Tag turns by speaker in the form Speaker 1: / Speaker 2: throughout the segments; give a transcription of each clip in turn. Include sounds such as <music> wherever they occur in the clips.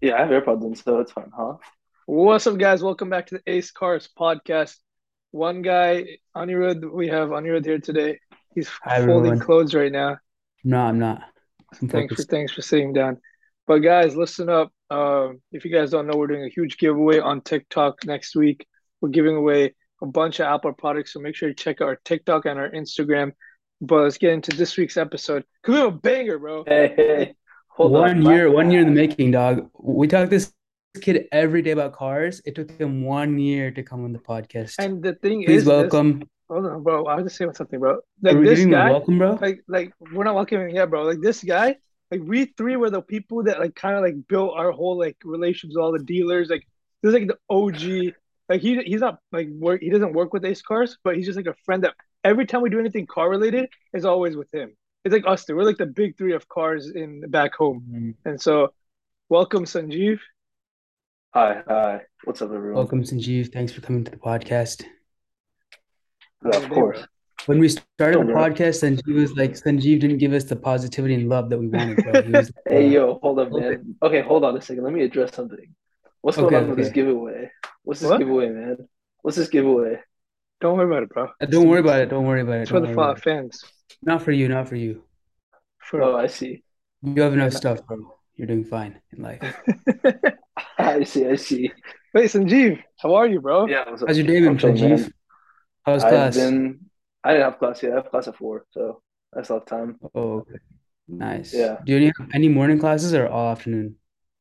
Speaker 1: Yeah, I have AirPods in, so it's fine,
Speaker 2: <laughs>
Speaker 1: huh?
Speaker 3: What's up, guys? Welcome back to the Ace Cars podcast. One guy, Anirudh, we have Anirudh here today. He's
Speaker 2: Hi,
Speaker 3: folding
Speaker 2: everyone.
Speaker 3: clothes right now.
Speaker 2: No, I'm not. I'm
Speaker 3: Thanks for
Speaker 2: focused.
Speaker 3: thanks for sitting down. But guys, listen up. Um, if you guys don't know, we're doing a huge giveaway on TikTok next week. We're giving away a bunch of Apple products, so make sure you check out our TikTok and our Instagram. But let's get into this week's episode. Cause we have a banger, bro.
Speaker 1: Hey, hey, hold on.
Speaker 2: one year, one year in the making, dog. We talk this kid every day about cars. It took him one year to come on the podcast.
Speaker 3: And the thing
Speaker 2: Please
Speaker 3: is, this-
Speaker 2: welcome.
Speaker 3: hold on, bro. I was just saying something, bro.
Speaker 2: Are
Speaker 3: Like
Speaker 2: we
Speaker 3: this
Speaker 2: giving him a
Speaker 3: guy,
Speaker 2: welcome, bro?
Speaker 3: like like we're not welcoming yet, bro. Like this guy, like we three were the people that like kind of like built our whole like relations with all the dealers. Like this is like the OG. Like he he's not like work he doesn't work with Ace Cars, but he's just like a friend that every time we do anything car related is always with him. It's like us three. We're like the big three of cars in back home. And so welcome Sanjeev.
Speaker 1: Hi, hi. What's up, everyone?
Speaker 2: Welcome, Sanjeev. Thanks for coming to the podcast.
Speaker 1: Yeah, of course.
Speaker 2: When we started
Speaker 1: Don't
Speaker 2: the
Speaker 1: worry.
Speaker 2: podcast, Sanjeev was like, Sanjeev didn't give us the positivity and love that we wanted, bro. He
Speaker 3: <laughs>
Speaker 2: was like,
Speaker 1: Hey,
Speaker 2: uh,
Speaker 1: yo, hold up,
Speaker 2: Okay.
Speaker 1: man. Okay, hold on a second. Let me address something. What's
Speaker 2: Okay,
Speaker 1: going on with this
Speaker 2: okay.
Speaker 1: giveaway? What's this
Speaker 3: What?
Speaker 1: giveaway, man? What's this giveaway?
Speaker 3: Don't worry about it, bro.
Speaker 2: Uh, Don't worry about it. Don't worry about it.
Speaker 3: It's for
Speaker 2: don't
Speaker 3: the
Speaker 2: worry about
Speaker 3: fa- fans.
Speaker 2: it. Not for you. Not for you.
Speaker 3: For
Speaker 1: Oh, I see. <laughs>
Speaker 2: You have enough stuff, bro. You're doing fine in life.
Speaker 1: I see, I see.
Speaker 3: <laughs> Wait, Sanjeev, how are you, bro?
Speaker 1: Yeah, what's up?
Speaker 2: How's your day been,
Speaker 1: I'm chilling, man.
Speaker 2: Sanjeev? How's
Speaker 1: I've
Speaker 2: class?
Speaker 1: been, I didn't have class yet. I have class at four, so I still have time.
Speaker 2: Oh, okay. Nice.
Speaker 1: Yeah.
Speaker 2: Do you have any morning classes or all afternoon?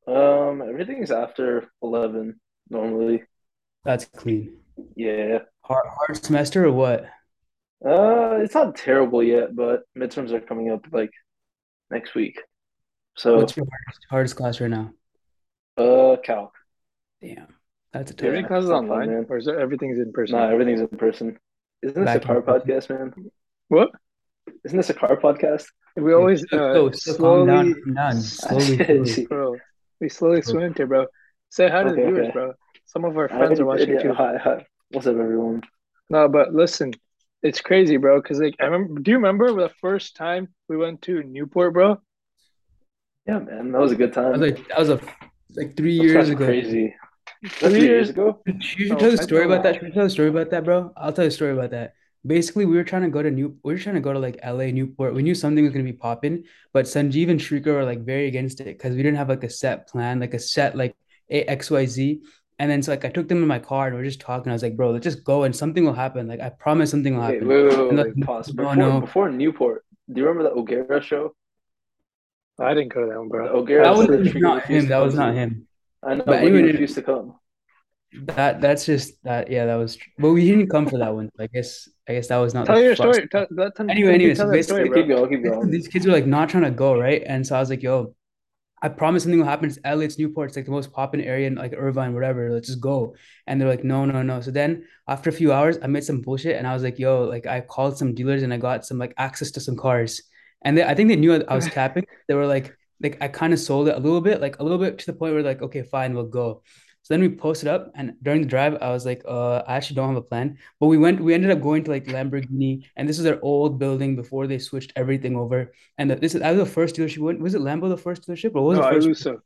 Speaker 1: Um, everything's after 11 normally.
Speaker 2: That's clean.
Speaker 1: Yeah.
Speaker 2: Hard, hard semester or what?
Speaker 1: Uh, it's not terrible yet, but midterms are coming up like next week. So,
Speaker 2: What's your hardest, hardest class right now?
Speaker 1: uh, calc.
Speaker 2: Damn, that's a tough
Speaker 3: Every
Speaker 1: Yeah,
Speaker 2: one.
Speaker 3: class is
Speaker 1: something,
Speaker 3: online,
Speaker 1: man.
Speaker 3: or is there, everything's in person?
Speaker 1: Nah, everything's in person. Isn't this a
Speaker 2: Back in
Speaker 1: car
Speaker 2: person.
Speaker 1: podcast, man?
Speaker 3: What?
Speaker 1: Isn't this a car podcast?
Speaker 3: We always uh,
Speaker 2: Slow, slow, calm down,
Speaker 3: slowly,
Speaker 2: calm down.
Speaker 1: I <laughs>
Speaker 2: Slowly, slowly.
Speaker 1: see.
Speaker 3: bro. We slowly
Speaker 2: Slow.
Speaker 3: swim into it, bro. Say hi to the
Speaker 1: Okay,
Speaker 3: viewers,
Speaker 1: okay.
Speaker 3: bro. Some of our
Speaker 1: I
Speaker 3: friends are
Speaker 1: already
Speaker 3: watching
Speaker 1: did, yeah.
Speaker 3: too.
Speaker 1: Hi, hi. What's up, everyone?
Speaker 3: No, but listen, it's crazy, bro. Because like, I remember. Do you remember the first time we went to Newport, bro?
Speaker 1: Yeah, man, that was a good
Speaker 2: I
Speaker 1: time.
Speaker 2: was like, that was a, like three
Speaker 1: That's
Speaker 2: years
Speaker 1: kinda
Speaker 2: ago.
Speaker 1: crazy. That's
Speaker 3: Three
Speaker 1: three
Speaker 3: years-
Speaker 1: years ago?
Speaker 2: Should you
Speaker 3: No,
Speaker 2: tell the
Speaker 3: I
Speaker 2: story
Speaker 3: don't.
Speaker 2: about that? Should you tell the story about that, bro? I'll tell you a story about that. Basically, we were trying to go to New, we were trying to go to like LA, Newport. We knew something was gonna be popping, but Sanjeev and Shrika were like very against it because we didn't have like a set plan, like a set like A X Y Z. And then so like I took them in my car and we are just talking. I was like, bro, let's just go and something will happen. Like I promise something will
Speaker 1: Wait,
Speaker 2: happen.
Speaker 1: wait, wait, wait,
Speaker 2: And
Speaker 1: wait,
Speaker 2: like,
Speaker 1: pause.
Speaker 2: no,
Speaker 1: Before,
Speaker 2: no.
Speaker 1: before Newport, do you remember the O'Gara show?
Speaker 3: I didn't go to that one,
Speaker 1: The
Speaker 3: bro.
Speaker 1: O'Gara
Speaker 2: That was
Speaker 1: show, she
Speaker 2: not
Speaker 1: refused
Speaker 2: him.
Speaker 1: to
Speaker 2: That
Speaker 1: come
Speaker 2: was
Speaker 1: to.
Speaker 2: not him.
Speaker 1: I know,
Speaker 2: But
Speaker 1: but he
Speaker 2: anyway-
Speaker 1: refused to come.
Speaker 2: That that's just that. Yeah, that was. But we didn't come for that one. So I guess I guess that was not
Speaker 3: Tell
Speaker 2: the
Speaker 3: your
Speaker 2: first-
Speaker 3: story. Tell, let them,
Speaker 2: Anyway,
Speaker 3: let me
Speaker 2: anyway,
Speaker 3: tell
Speaker 2: so
Speaker 3: that story,
Speaker 2: basically-
Speaker 3: bro.
Speaker 1: Keep going, keep
Speaker 2: <laughs> These-
Speaker 1: going.
Speaker 2: These kids were like not trying to go, right? And so I was like, yo, I promise something will happen. It's LA, it's Newport, it's like the most poppin' area in like Irvine, whatever. Let's just go. And they're like, no, no, no. So then after a few hours, I made some bullshit and I was like, yo, like I called some dealers and I got some like access to some cars. And they, I think they knew I was capping. They were like, like I kind of sold it a little bit, like a little bit to the point where like, okay, fine, we'll go. So then we posted up, and during the drive, I was like, uh, I actually don't have a plan. But we went, we ended up going to like Lamborghini, and this is their old building before they switched everything over. And the, this is, I was the first dealership. we went- Was it Lambo the first dealership, or what was
Speaker 3: No,
Speaker 2: the
Speaker 3: I
Speaker 2: first?
Speaker 3: lose so.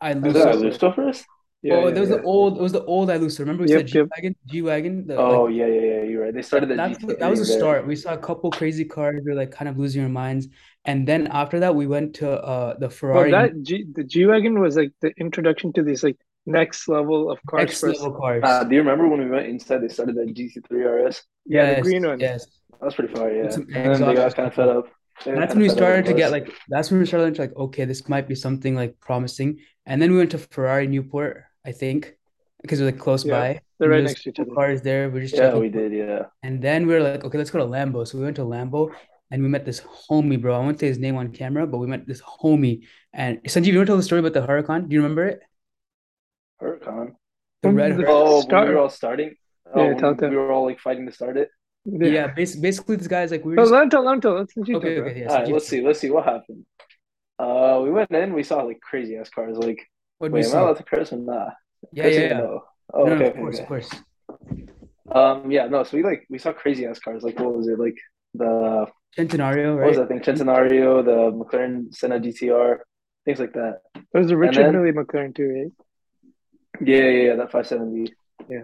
Speaker 2: I
Speaker 1: Is
Speaker 2: lose.
Speaker 1: that
Speaker 3: Luso.
Speaker 1: Luso first?
Speaker 3: Yeah,
Speaker 2: oh,
Speaker 3: yeah,
Speaker 2: there was
Speaker 3: yeah.
Speaker 2: the old. It was the old I lose. Remember, we
Speaker 3: Yep,
Speaker 2: said
Speaker 3: yep.
Speaker 2: G wagon, G wagon. The,
Speaker 1: Oh,
Speaker 2: like,
Speaker 1: yeah, yeah, yeah, you're right. They started that
Speaker 2: that's
Speaker 1: GTA
Speaker 2: that was the
Speaker 1: thing there.
Speaker 2: start. We saw a couple crazy cars. We were like kind of losing our minds, and then after that, we went to uh the
Speaker 3: Well,
Speaker 2: Ferrari
Speaker 3: that G, the G wagon was like the introduction to these like next level of cars
Speaker 2: X
Speaker 3: for us.
Speaker 2: level cars.
Speaker 1: Uh, do you remember when we went inside? They started that GT3 RS.
Speaker 3: yeah, the
Speaker 2: Yes,
Speaker 3: green one.
Speaker 2: Yes.
Speaker 1: That was pretty far, yeah.
Speaker 2: With some
Speaker 1: And then they got
Speaker 2: exotic
Speaker 1: kind of
Speaker 2: stuff.
Speaker 1: fed up. They got
Speaker 2: And that's
Speaker 1: kinda
Speaker 2: when we
Speaker 1: fed up
Speaker 2: started to
Speaker 1: with
Speaker 2: get
Speaker 1: us.
Speaker 2: like that's when we started to like okay this might be something like promising and then we went to Ferrari Newport I think because we're like close
Speaker 3: Yeah,
Speaker 2: by
Speaker 3: They're
Speaker 2: And
Speaker 3: right
Speaker 2: there's
Speaker 3: next to each
Speaker 2: cool
Speaker 3: other.
Speaker 2: cars there we're just
Speaker 1: yeah,
Speaker 2: checking
Speaker 1: we did, yeah.
Speaker 2: and then we were like okay let's go to Lambo so we went to Lambo and we met this homie bro I won't say his name on camera but we met this homie and Sanjeev you want to tell the story about the Huracan do you remember it
Speaker 1: Huracan.
Speaker 2: the
Speaker 3: Um,
Speaker 2: red
Speaker 3: the-
Speaker 2: Huracan
Speaker 1: Oh, when
Speaker 3: Start-
Speaker 1: we were all starting.
Speaker 3: Yeah,
Speaker 1: Oh, when
Speaker 3: tell them.
Speaker 1: we were all like fighting to start it.
Speaker 3: Yeah.
Speaker 2: yeah bas- basically this guy's like we were
Speaker 3: No,
Speaker 2: just
Speaker 3: let him tell, let him tell. Let's let you
Speaker 2: okay
Speaker 3: tell, bro.
Speaker 2: okay yeah
Speaker 1: All right,
Speaker 2: Sanjeev,
Speaker 1: let's see, let's see what happened. Uh, we went in, we saw like crazy ass cars. Like,
Speaker 2: what did we
Speaker 1: wait, am I
Speaker 2: see?
Speaker 1: allowed to curse or nah?
Speaker 2: yeah
Speaker 1: Cursing
Speaker 2: yeah
Speaker 1: or
Speaker 2: yeah
Speaker 1: No. Oh,
Speaker 2: no, no,
Speaker 1: okay,
Speaker 2: of
Speaker 1: okay,
Speaker 2: course
Speaker 1: okay.
Speaker 2: of course
Speaker 1: Um, yeah, no. So we like we saw crazy ass cars. Like, what was it? Like the
Speaker 2: Centenario
Speaker 1: what was
Speaker 2: right
Speaker 1: that thing? Centenario, the McLaren Senna GTR. things like that.
Speaker 3: There's a Richard
Speaker 1: then-
Speaker 3: Millie McLaren too, right?
Speaker 1: Yeah, yeah, yeah, that 570.
Speaker 3: Yeah.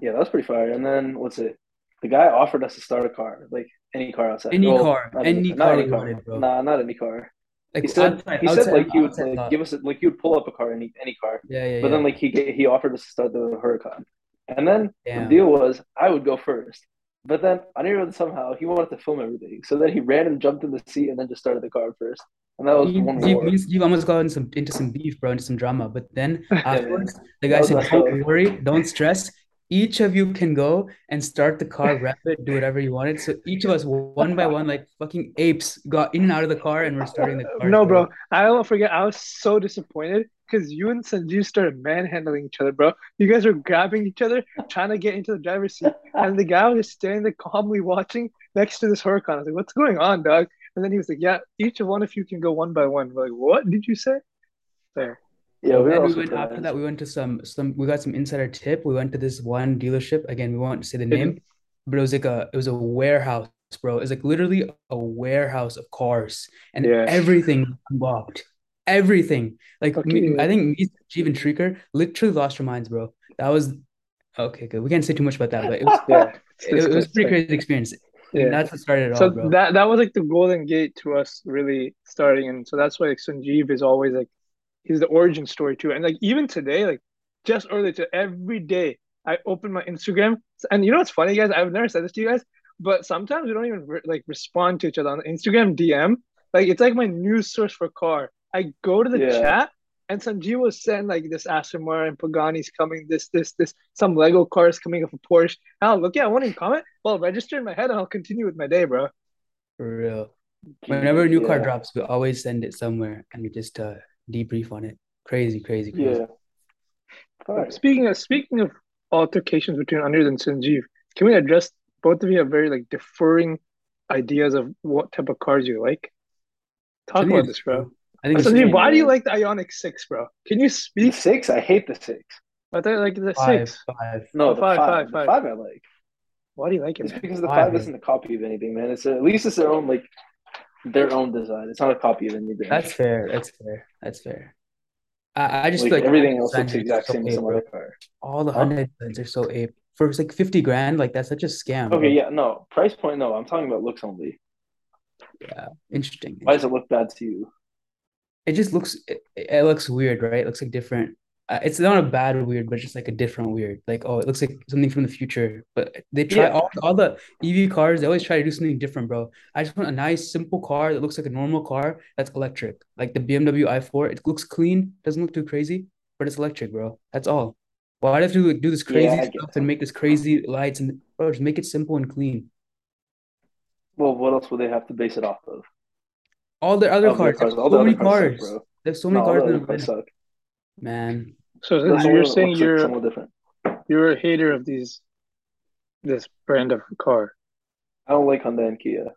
Speaker 1: Yeah, that was pretty fire. And then what's it? The guy offered us to start a car, like any car outside.
Speaker 2: Any
Speaker 1: Well,
Speaker 2: car,
Speaker 1: not
Speaker 2: any
Speaker 1: not
Speaker 2: car
Speaker 1: any
Speaker 2: you
Speaker 1: car.
Speaker 2: wanted, bro.
Speaker 1: Nah, not any car.
Speaker 2: Like
Speaker 1: He said,
Speaker 2: outside-
Speaker 1: he said
Speaker 2: outside-
Speaker 1: like you would
Speaker 2: outside
Speaker 1: like
Speaker 2: thought.
Speaker 1: give us a, like you would pull up a car, any any car.
Speaker 2: yeah, yeah,
Speaker 1: But
Speaker 2: yeah.
Speaker 1: then like he ga- he offered us to start the Huracan, and then
Speaker 2: Damn.
Speaker 1: the deal was I would go first. But then I didn't realize somehow he wanted to film everything, so then he ran and jumped in the seat and then just started the car first, and that was
Speaker 2: You-
Speaker 1: one
Speaker 2: you-
Speaker 1: war.
Speaker 2: you- You've almost gotten some into some beef, bro, into some drama. But
Speaker 1: <laughs>
Speaker 2: then afterwards, the
Speaker 1: That
Speaker 2: guy
Speaker 1: was
Speaker 2: said,
Speaker 1: messed
Speaker 2: "Don't
Speaker 1: up.
Speaker 2: worry, don't stress. Each of you can go and start the car, wrap it, do whatever you wanted." So each of us, one by one, like fucking apes, got in and out of the car, and we're
Speaker 1: <laughs>
Speaker 2: starting the car.
Speaker 3: No, bro. I don't forget. I was so disappointed because you and Sanjeev started manhandling each other, bro. You guys were grabbing each other, trying to get into the driver's seat, and the guy was just standing there calmly watching next to this Huracan. I was like, "What's going on, dog?" And then he was like, "Yeah, each one of you can go one by one." We're like, "What did you say?"
Speaker 1: Yeah, we
Speaker 2: And
Speaker 1: were
Speaker 2: we
Speaker 1: also
Speaker 2: went after
Speaker 1: friends.
Speaker 2: that. We went to some some. We got some insider tip. We went to this one dealership. Again, we won't say the
Speaker 3: Mhm.
Speaker 2: name,
Speaker 1: Mm-hmm.
Speaker 2: but it was like a it was a warehouse, bro. It was like literally a warehouse of cars and
Speaker 3: Yeah.
Speaker 2: everything unlocked. Everything. Like
Speaker 3: Fuck
Speaker 2: me,
Speaker 3: yeah.
Speaker 2: I think me, Jeev, and Shrieker literally lost our minds, bro. That was okay. Good. We can't say too much about that, but it was
Speaker 1: Yeah.
Speaker 3: It's
Speaker 2: it, it was a
Speaker 3: disgusting.
Speaker 2: pretty crazy experience. And
Speaker 3: Yeah.
Speaker 2: that's what started it
Speaker 3: so
Speaker 2: all, bro.
Speaker 3: that that was like the golden gate to us really starting and so that's why like sanjeev is always like he's the origin story too and like even today like just earlier to every day i open my instagram and you know what's funny guys i've never said this to you guys but sometimes we don't even re- like respond to each other on instagram dm like it's like my news source for car i go to the
Speaker 1: Yeah.
Speaker 3: chat and Sanjeev was saying like this Aston Martin Pagani's coming, this, this, this, some Lego car is coming up a Porsche. And I'll look at it, I won't even comment. Well, register in my head and I'll continue with my day, bro.
Speaker 2: For real. Whenever a new car
Speaker 1: Yeah.
Speaker 2: drops, we always send it somewhere and we just uh debrief on it. Crazy, crazy, crazy.
Speaker 1: Yeah. Fire.
Speaker 3: Speaking of speaking of altercations between Anirudh and Sanjeev, can we address both of you have very like differing ideas of what type of cars you like?
Speaker 2: I
Speaker 3: Talk
Speaker 2: think
Speaker 3: about
Speaker 2: it's
Speaker 3: this, bro.
Speaker 2: true. I think it's
Speaker 1: Something
Speaker 3: Sanjeev, why do you
Speaker 1: man.
Speaker 3: like the Ionic Six, bro? Can you
Speaker 1: The
Speaker 3: speak?
Speaker 1: six, I hate the six.
Speaker 3: I thought you liked the
Speaker 2: five,
Speaker 3: Six.
Speaker 2: five.
Speaker 1: No,
Speaker 3: Oh,
Speaker 1: the
Speaker 3: five,
Speaker 1: five,
Speaker 3: five,
Speaker 1: the
Speaker 3: five.
Speaker 1: five I like.
Speaker 3: Why do you like it?
Speaker 1: It's
Speaker 3: man?
Speaker 1: because the
Speaker 2: Five,
Speaker 1: five,
Speaker 2: yeah.
Speaker 1: isn't a copy of anything, man. It's a, at least it's their own like their own design. It's not a copy of anything.
Speaker 2: That's fair. That's fair. That's fair. I, I just
Speaker 1: like,
Speaker 2: feel like
Speaker 1: everything else
Speaker 2: Hyundai
Speaker 1: looks the exact same
Speaker 2: designs are so
Speaker 1: as
Speaker 2: ape,
Speaker 1: some
Speaker 2: bro.
Speaker 1: other car.
Speaker 2: All the
Speaker 1: Huh?
Speaker 2: Hyundai designs are so ape. For like fifty grand, like that's such a scam. bro.
Speaker 1: Okay, yeah, no price point. No, I'm talking about looks only.
Speaker 2: Interesting.
Speaker 1: Why does it look bad to you?
Speaker 2: It just looks it, it looks weird, right? It looks like different. Uh, it's not a bad weird, but just like a different weird. Like oh, it looks like something from the future. But they try
Speaker 1: Yeah.
Speaker 2: all all the EV cars. They always try to do something different, bro. I just want a nice simple car that looks like a normal car that's electric, like the BMW i4. It looks clean, doesn't look too crazy, but it's electric, bro. That's all. Why do I have to do this crazy
Speaker 1: Yeah, I get
Speaker 2: stuff and make this crazy lights and bro? Just make it simple and clean.
Speaker 1: Well, what else would they have to base it off of?
Speaker 2: All the other
Speaker 1: Of their
Speaker 2: cars, there's
Speaker 1: All the
Speaker 2: so
Speaker 1: other
Speaker 2: many
Speaker 1: cars,
Speaker 2: cars.
Speaker 1: suck, bro.
Speaker 2: There's so
Speaker 1: No,
Speaker 2: many
Speaker 1: all the
Speaker 2: cars in
Speaker 1: other
Speaker 2: the
Speaker 1: cars
Speaker 2: lineup.
Speaker 1: suck.
Speaker 2: man.
Speaker 3: So
Speaker 1: That's the
Speaker 3: you're
Speaker 1: one that
Speaker 3: saying
Speaker 1: looks like
Speaker 3: you're
Speaker 1: someone different.
Speaker 3: you're a hater of these this brand of car.
Speaker 1: I don't like Honda and Kia.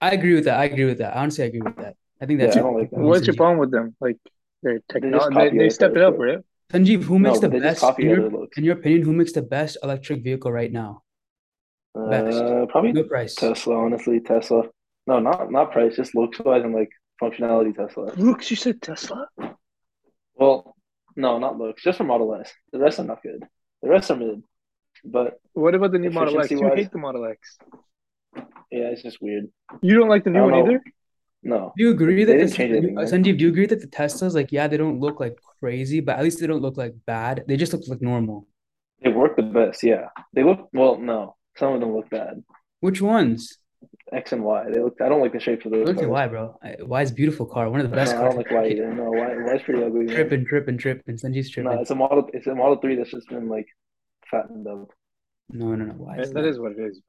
Speaker 2: I agree with that. I agree with that. Honestly, I agree with that. I think
Speaker 1: Yeah, I
Speaker 2: that's
Speaker 1: don't like that.
Speaker 3: What's your problem with them? Like their
Speaker 1: just
Speaker 3: technology,
Speaker 1: copy
Speaker 3: they, they
Speaker 1: other
Speaker 3: step it
Speaker 1: cars,
Speaker 3: up,
Speaker 1: bro.
Speaker 3: right?
Speaker 2: Sanjeev, who
Speaker 1: No,
Speaker 2: makes the
Speaker 1: they just
Speaker 2: best
Speaker 1: copy
Speaker 2: in
Speaker 1: other
Speaker 2: your,
Speaker 1: looks.
Speaker 2: in your opinion, who makes the best electric vehicle right now? best?
Speaker 1: Uh, probably
Speaker 2: No price.
Speaker 1: Tesla, honestly, Tesla. No, not not price, just looks wise and like functionality Tesla.
Speaker 3: Looks, you said Tesla.
Speaker 1: Well, no, not looks, just for Model S. The rest are not good. The rest are mid, but
Speaker 3: What about the new Model X? You
Speaker 1: Efficiency-wise.
Speaker 3: hate the Model X.
Speaker 1: yeah, it's just weird.
Speaker 3: You don't like the
Speaker 1: I
Speaker 3: new
Speaker 1: don't
Speaker 3: one
Speaker 1: know.
Speaker 3: either.
Speaker 1: No,
Speaker 2: Do you agree that
Speaker 1: They didn't
Speaker 2: this,
Speaker 1: change anything, man.
Speaker 2: Sanjeev, do you agree that the Teslas, like, yeah, they don't look like crazy, but at least they don't look like bad. They just look like normal.
Speaker 1: they work the best. Yeah, they look well. No, some of them look bad.
Speaker 2: Which ones?
Speaker 1: X and Y. They look. I don't like the shapes of those.
Speaker 2: Don't say
Speaker 1: cars.
Speaker 2: why, bro. I- Why is a beautiful car? One of the
Speaker 1: No, I
Speaker 2: best cars.
Speaker 1: don't like Y either. No, Y. Y's pretty ugly. man.
Speaker 2: Tripping, tripping, tripping. Sanjeev's
Speaker 1: No,
Speaker 2: tripping.
Speaker 1: it's a model. It's a model three that's just been like fattened up.
Speaker 2: No, no, no. Why?
Speaker 3: That is what it is.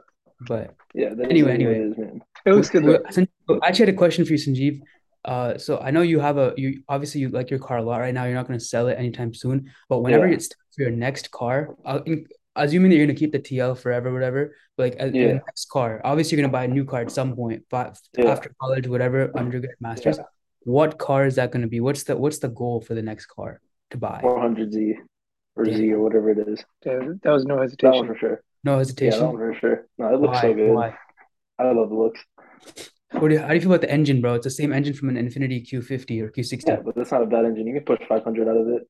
Speaker 2: But
Speaker 1: Yeah. That is
Speaker 2: Anyway,
Speaker 1: what it
Speaker 2: anyway.
Speaker 1: is, man.
Speaker 3: It looks good.
Speaker 2: Well,
Speaker 3: though.
Speaker 2: Sanjeev, I actually had a question for you, Sanjeev. Uh, so I know you have a you obviously you like your car a lot right now. You're not going to sell it anytime soon, but whenever
Speaker 1: Yeah.
Speaker 2: it's time for your next car, uh, in, assuming that you're going to keep the TL forever, whatever, but like as, your
Speaker 1: Yeah.
Speaker 2: next car, obviously you're going to buy a new car at some point, but
Speaker 1: Yeah.
Speaker 2: after college, whatever, undergrad, masters, what car is that going to be? What's the what's the goal for the next car to buy?
Speaker 1: 400Z or
Speaker 2: Damn.
Speaker 1: Z or whatever it is.
Speaker 3: Yeah, that was no
Speaker 1: That one
Speaker 3: hesitation.
Speaker 1: for sure.
Speaker 2: No
Speaker 1: Yeah, that
Speaker 2: hesitation.
Speaker 1: one for sure. No, it looks
Speaker 2: Why?
Speaker 1: so good.
Speaker 2: Why?
Speaker 1: I love the looks.
Speaker 2: What do you, how do you feel about the engine, bro? It's the same engine from an Infinity Q50 or Q60.
Speaker 1: Yeah, but that's not a bad engine. You can push 500 out of it.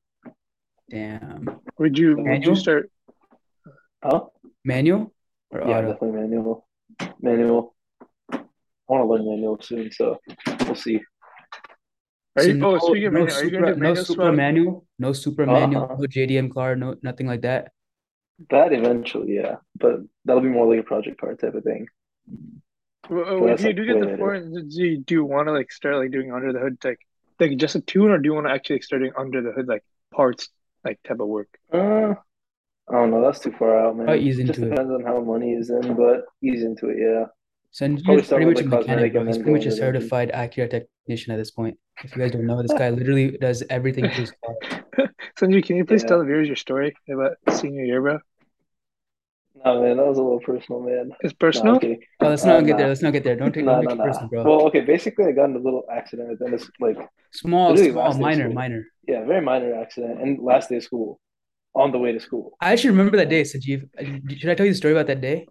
Speaker 2: Damn.
Speaker 3: Would you would you
Speaker 2: Manual?
Speaker 3: start?
Speaker 1: Huh?
Speaker 2: Manual or
Speaker 1: Oh, Yeah,
Speaker 2: auto?
Speaker 1: definitely manual. Manual. I want to learn manual soon, so we'll see.
Speaker 3: Are
Speaker 2: So
Speaker 3: you, oh, speaking of
Speaker 2: no
Speaker 3: manual, are you gonna
Speaker 2: Supra-
Speaker 3: do
Speaker 2: no
Speaker 3: manual?
Speaker 2: Supra
Speaker 3: swap?
Speaker 2: manual, no Supra manual,
Speaker 1: Uh-huh.
Speaker 2: no JDM car, no nothing like that.
Speaker 1: That eventually, yeah, but that'll be more like a project car type of thing.
Speaker 3: Well,
Speaker 1: Well,
Speaker 3: if
Speaker 1: that's,
Speaker 3: you
Speaker 1: like,
Speaker 3: do get
Speaker 1: way
Speaker 3: the
Speaker 1: later.
Speaker 3: foreign, do you, do you want to like start like doing under the hood like like just a tune, or do you want to actually like, start doing under the hood like parts like type of work?
Speaker 1: Uh, I don't know. That's too far out, man.
Speaker 2: Probably ease
Speaker 1: Just
Speaker 2: into it.
Speaker 1: depends on how money is in, but ease into it, yeah.
Speaker 2: So
Speaker 1: Probably
Speaker 2: engineer's
Speaker 1: start
Speaker 2: pretty
Speaker 1: with,
Speaker 2: much a
Speaker 1: like, cosmetic
Speaker 2: mechanic, bro.
Speaker 1: and
Speaker 2: He's
Speaker 1: then go
Speaker 2: pretty much a
Speaker 1: into engine.
Speaker 2: certified Acura technician at this point. If you guys don't know, this
Speaker 1: <laughs>
Speaker 2: guy literally does everything to his car.
Speaker 3: Sanju, can you please
Speaker 1: Yeah.
Speaker 3: tell the viewers your story about senior year, bro?
Speaker 1: No, man, that was a little personal, man.
Speaker 3: It's
Speaker 1: No,
Speaker 3: personal.
Speaker 1: I'm kidding.
Speaker 2: Oh, let's
Speaker 1: Uh,
Speaker 2: not get
Speaker 1: <laughs>
Speaker 2: there.
Speaker 1: nah.
Speaker 2: Let's not get there. Don't take,
Speaker 1: No,
Speaker 2: don't
Speaker 1: no,
Speaker 2: make it
Speaker 1: no.
Speaker 2: personal, bro.
Speaker 1: Well, okay, basically, I got in a little accident, and then it's like,
Speaker 2: Small,
Speaker 1: literally
Speaker 2: small,
Speaker 1: last day of
Speaker 2: minor,
Speaker 1: school.
Speaker 2: minor.
Speaker 1: yeah, very minor accident, and last day of school, on the way to school.
Speaker 2: I actually remember that day, Sajeev. Uh, Should I tell you the story about that day?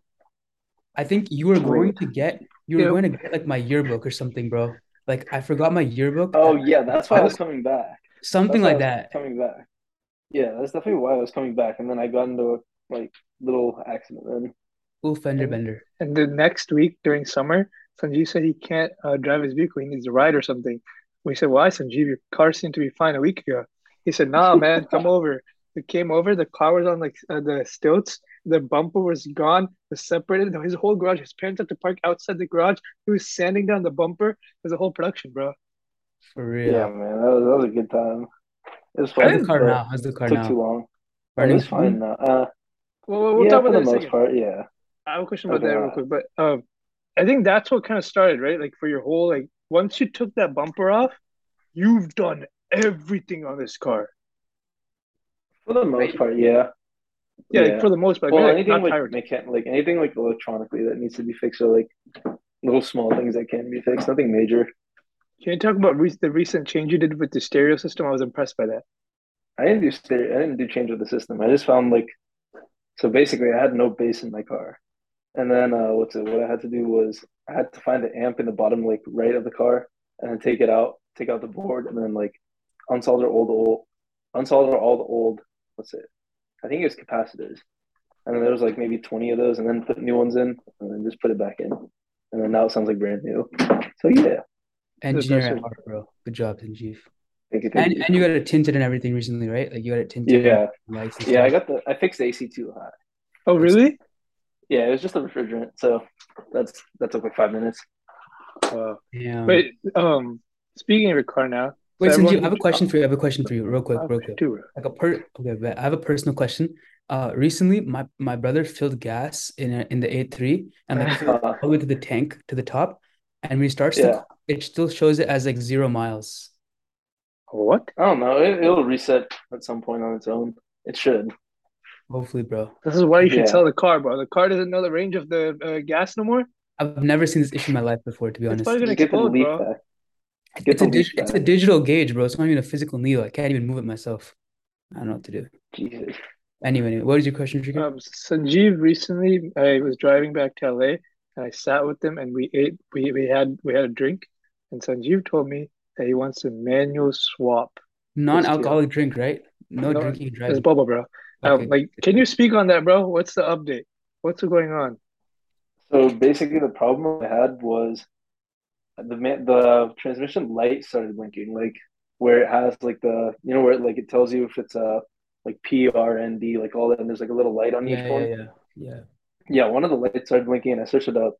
Speaker 2: I think you were going to get you were
Speaker 3: Yeah.
Speaker 2: going to get like my yearbook or something, bro. Like I forgot my yearbook.
Speaker 1: Oh, yeah, that's why I
Speaker 2: I
Speaker 1: was
Speaker 2: was-
Speaker 1: coming back.
Speaker 2: Something
Speaker 1: That's
Speaker 2: like
Speaker 1: why I was
Speaker 2: that.
Speaker 1: Coming back. Yeah, that's definitely why I was coming back, and then I got into a like little accident. Then
Speaker 2: Full fender
Speaker 3: And-
Speaker 2: bender.
Speaker 3: And the next week during summer, Sanjeev said he can't uh, drive his vehicle. He needs a ride or something. We said, Why, Sanjeev? Your car seemed to be fine a week ago. He said,
Speaker 1: <laughs>
Speaker 3: Nah, man, come over. We came over. The car was on like uh, the stilts. The bumper was gone, was separated. His whole garage, his parents had to park outside the garage. He was sanding down the bumper. It was a whole production, bro.
Speaker 2: For
Speaker 1: yeah,
Speaker 2: real.
Speaker 1: man, that was that was a good time. It was
Speaker 2: How's
Speaker 1: fun,
Speaker 2: the car
Speaker 1: but
Speaker 2: now? How's the car
Speaker 1: took
Speaker 2: now? Mm-hmm.
Speaker 1: too long. It
Speaker 2: Burning
Speaker 1: was fine
Speaker 2: soon?
Speaker 1: now. Uh,
Speaker 3: Well, we'll, we'll
Speaker 1: yeah,
Speaker 3: talk
Speaker 1: for
Speaker 3: about
Speaker 1: the
Speaker 3: that in a
Speaker 1: most
Speaker 3: second.
Speaker 1: part, yeah.
Speaker 3: I have a question about
Speaker 1: Okay,
Speaker 3: that real
Speaker 1: alright.
Speaker 3: quick, but um, I think that's what kind of started, right? Like for your whole like once you took that bumper off, you've done everything on this car.
Speaker 1: For the most part, yeah.
Speaker 3: Yeah, like, for the most part. I
Speaker 1: well,
Speaker 3: mean, like,
Speaker 1: anything
Speaker 3: not
Speaker 1: like
Speaker 3: tire-
Speaker 1: mechan- like anything like electronically that needs to be fixed or like little small things that can be fixed. Nothing major.
Speaker 3: Can you talk about re- the recent change you did with the stereo system? I was impressed by that.
Speaker 1: I didn't do stereo. I didn't do change of the system. I just found like so basically I had no bass in my car, and then uh, what's it? What I had to do was I had to find the amp in the bottom like right of the car, and then take it out, take out the board, and then like unsolder all the old, unsolder all the old. What's it? I think it was capacitors, and then there was like maybe twenty of those, and then put new ones in, and then just put it back in, and then now it sounds like brand new. So yeah,
Speaker 2: Engineer at
Speaker 3: person.
Speaker 2: heart, bro. Good job, Sanjeev.
Speaker 1: thank you, thank
Speaker 2: And and you got it tinted and everything recently, right? Like you got it
Speaker 1: you.
Speaker 2: tinted.
Speaker 1: Yeah,
Speaker 2: Lights and
Speaker 1: yeah. I
Speaker 2: stuff.
Speaker 1: got the I fixed the AC too hot.
Speaker 3: Oh, really?
Speaker 1: Yeah, it was just the refrigerant, so that's that took like five
Speaker 3: <laughs>
Speaker 1: minutes. uh,
Speaker 3: Wow.
Speaker 2: Damn.
Speaker 3: Wait, um, speaking of your car now,
Speaker 2: Wait,
Speaker 3: so everyone
Speaker 2: Sanjeev, I have a
Speaker 3: who-
Speaker 2: question for you. I have a question for you, real quick,
Speaker 3: Oh,
Speaker 2: real quick.
Speaker 3: dude, bro.
Speaker 2: Like a per okay, but I have a personal question. Uh, recently, my my brother filled gas in a, in the A3 and like
Speaker 1: <laughs>
Speaker 2: filled
Speaker 1: Uh,
Speaker 2: all the way to the tank to the top, and when he starts the
Speaker 1: yeah,
Speaker 2: car, it still shows it as like zero miles.
Speaker 3: What?
Speaker 1: I don't know. It, it'll reset at some point on its own. It should.
Speaker 2: Hopefully, bro.
Speaker 3: This is why you should
Speaker 1: Yeah.
Speaker 3: sell the car, bro. The car doesn't know the range of the uh, gas no more.
Speaker 2: I've never seen this issue in my life before, to be
Speaker 3: It's
Speaker 2: honest.
Speaker 3: probably gonna
Speaker 1: You get the
Speaker 3: explode,
Speaker 1: leaf
Speaker 3: bro.
Speaker 1: back. Get
Speaker 2: It's
Speaker 1: the
Speaker 2: a dig
Speaker 1: leaf
Speaker 2: it's a
Speaker 1: back.
Speaker 2: digital gauge, bro. It's not even a physical needle. I can't even move it myself. I don't know what to do.
Speaker 1: Jesus.
Speaker 2: Anyway, anyway, what is your question,
Speaker 1: Uh,
Speaker 2: Trigger?
Speaker 3: Um, Sanjeev recently, I was driving back to LA and I sat with him and we ate, we, we had we had a drink, and Sanjeev told me that he wants to manual swap.
Speaker 2: Non-alcoholic drink, right? No
Speaker 3: No,
Speaker 2: drinking,
Speaker 3: It's
Speaker 2: driving.
Speaker 3: Bubba, bro. Um,
Speaker 2: Okay.
Speaker 3: like, can you speak on that, bro? What's the update? What's going on?
Speaker 1: So basically, the problem I had was the ma- the transmission light started blinking, like where it has like the you know where it, like it tells you if it's a like P R N D like all that, and there's like a little light on each
Speaker 2: Yeah, yeah,
Speaker 1: one.
Speaker 2: yeah, yeah.
Speaker 1: Yeah, one of the lights started blinking, and I switched it up.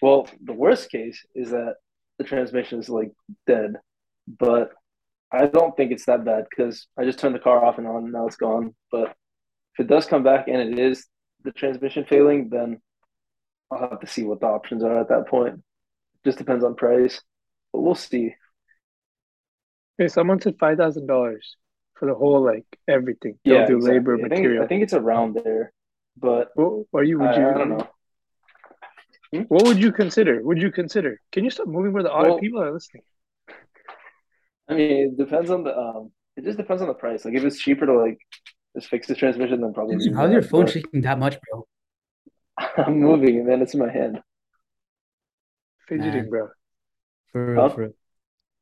Speaker 1: Well, the worst case is that the transmission is like dead, but I don't think it's that bad because I just turned the car off and on, and now it's gone. But if it does come back and it is the transmission failing, then I'll have to see what the options are at that point. Just depends on price, but we'll see.
Speaker 3: Hey, someone said five thousand dollars for the whole like everything. They'll do labor,
Speaker 1: exactly. I think
Speaker 3: material.
Speaker 1: I think it's around there, but
Speaker 3: What are you?
Speaker 1: I,
Speaker 3: Would you?
Speaker 1: I don't know.
Speaker 3: What would you consider? Would you consider? Can you stop moving where the audio
Speaker 1: Well,
Speaker 3: people are listening?
Speaker 1: I mean, it depends on the um. It just depends on the price. Like if it's cheaper to like just fix the transmission, then probably. do
Speaker 2: How's your
Speaker 1: that,
Speaker 2: phone
Speaker 1: but- <laughs>
Speaker 2: shaking that much, bro?
Speaker 1: I'm moving and then it's in my hand.
Speaker 3: Fidgeting,
Speaker 2: Man.
Speaker 3: bro.
Speaker 2: For real,
Speaker 1: Huh?
Speaker 2: for real.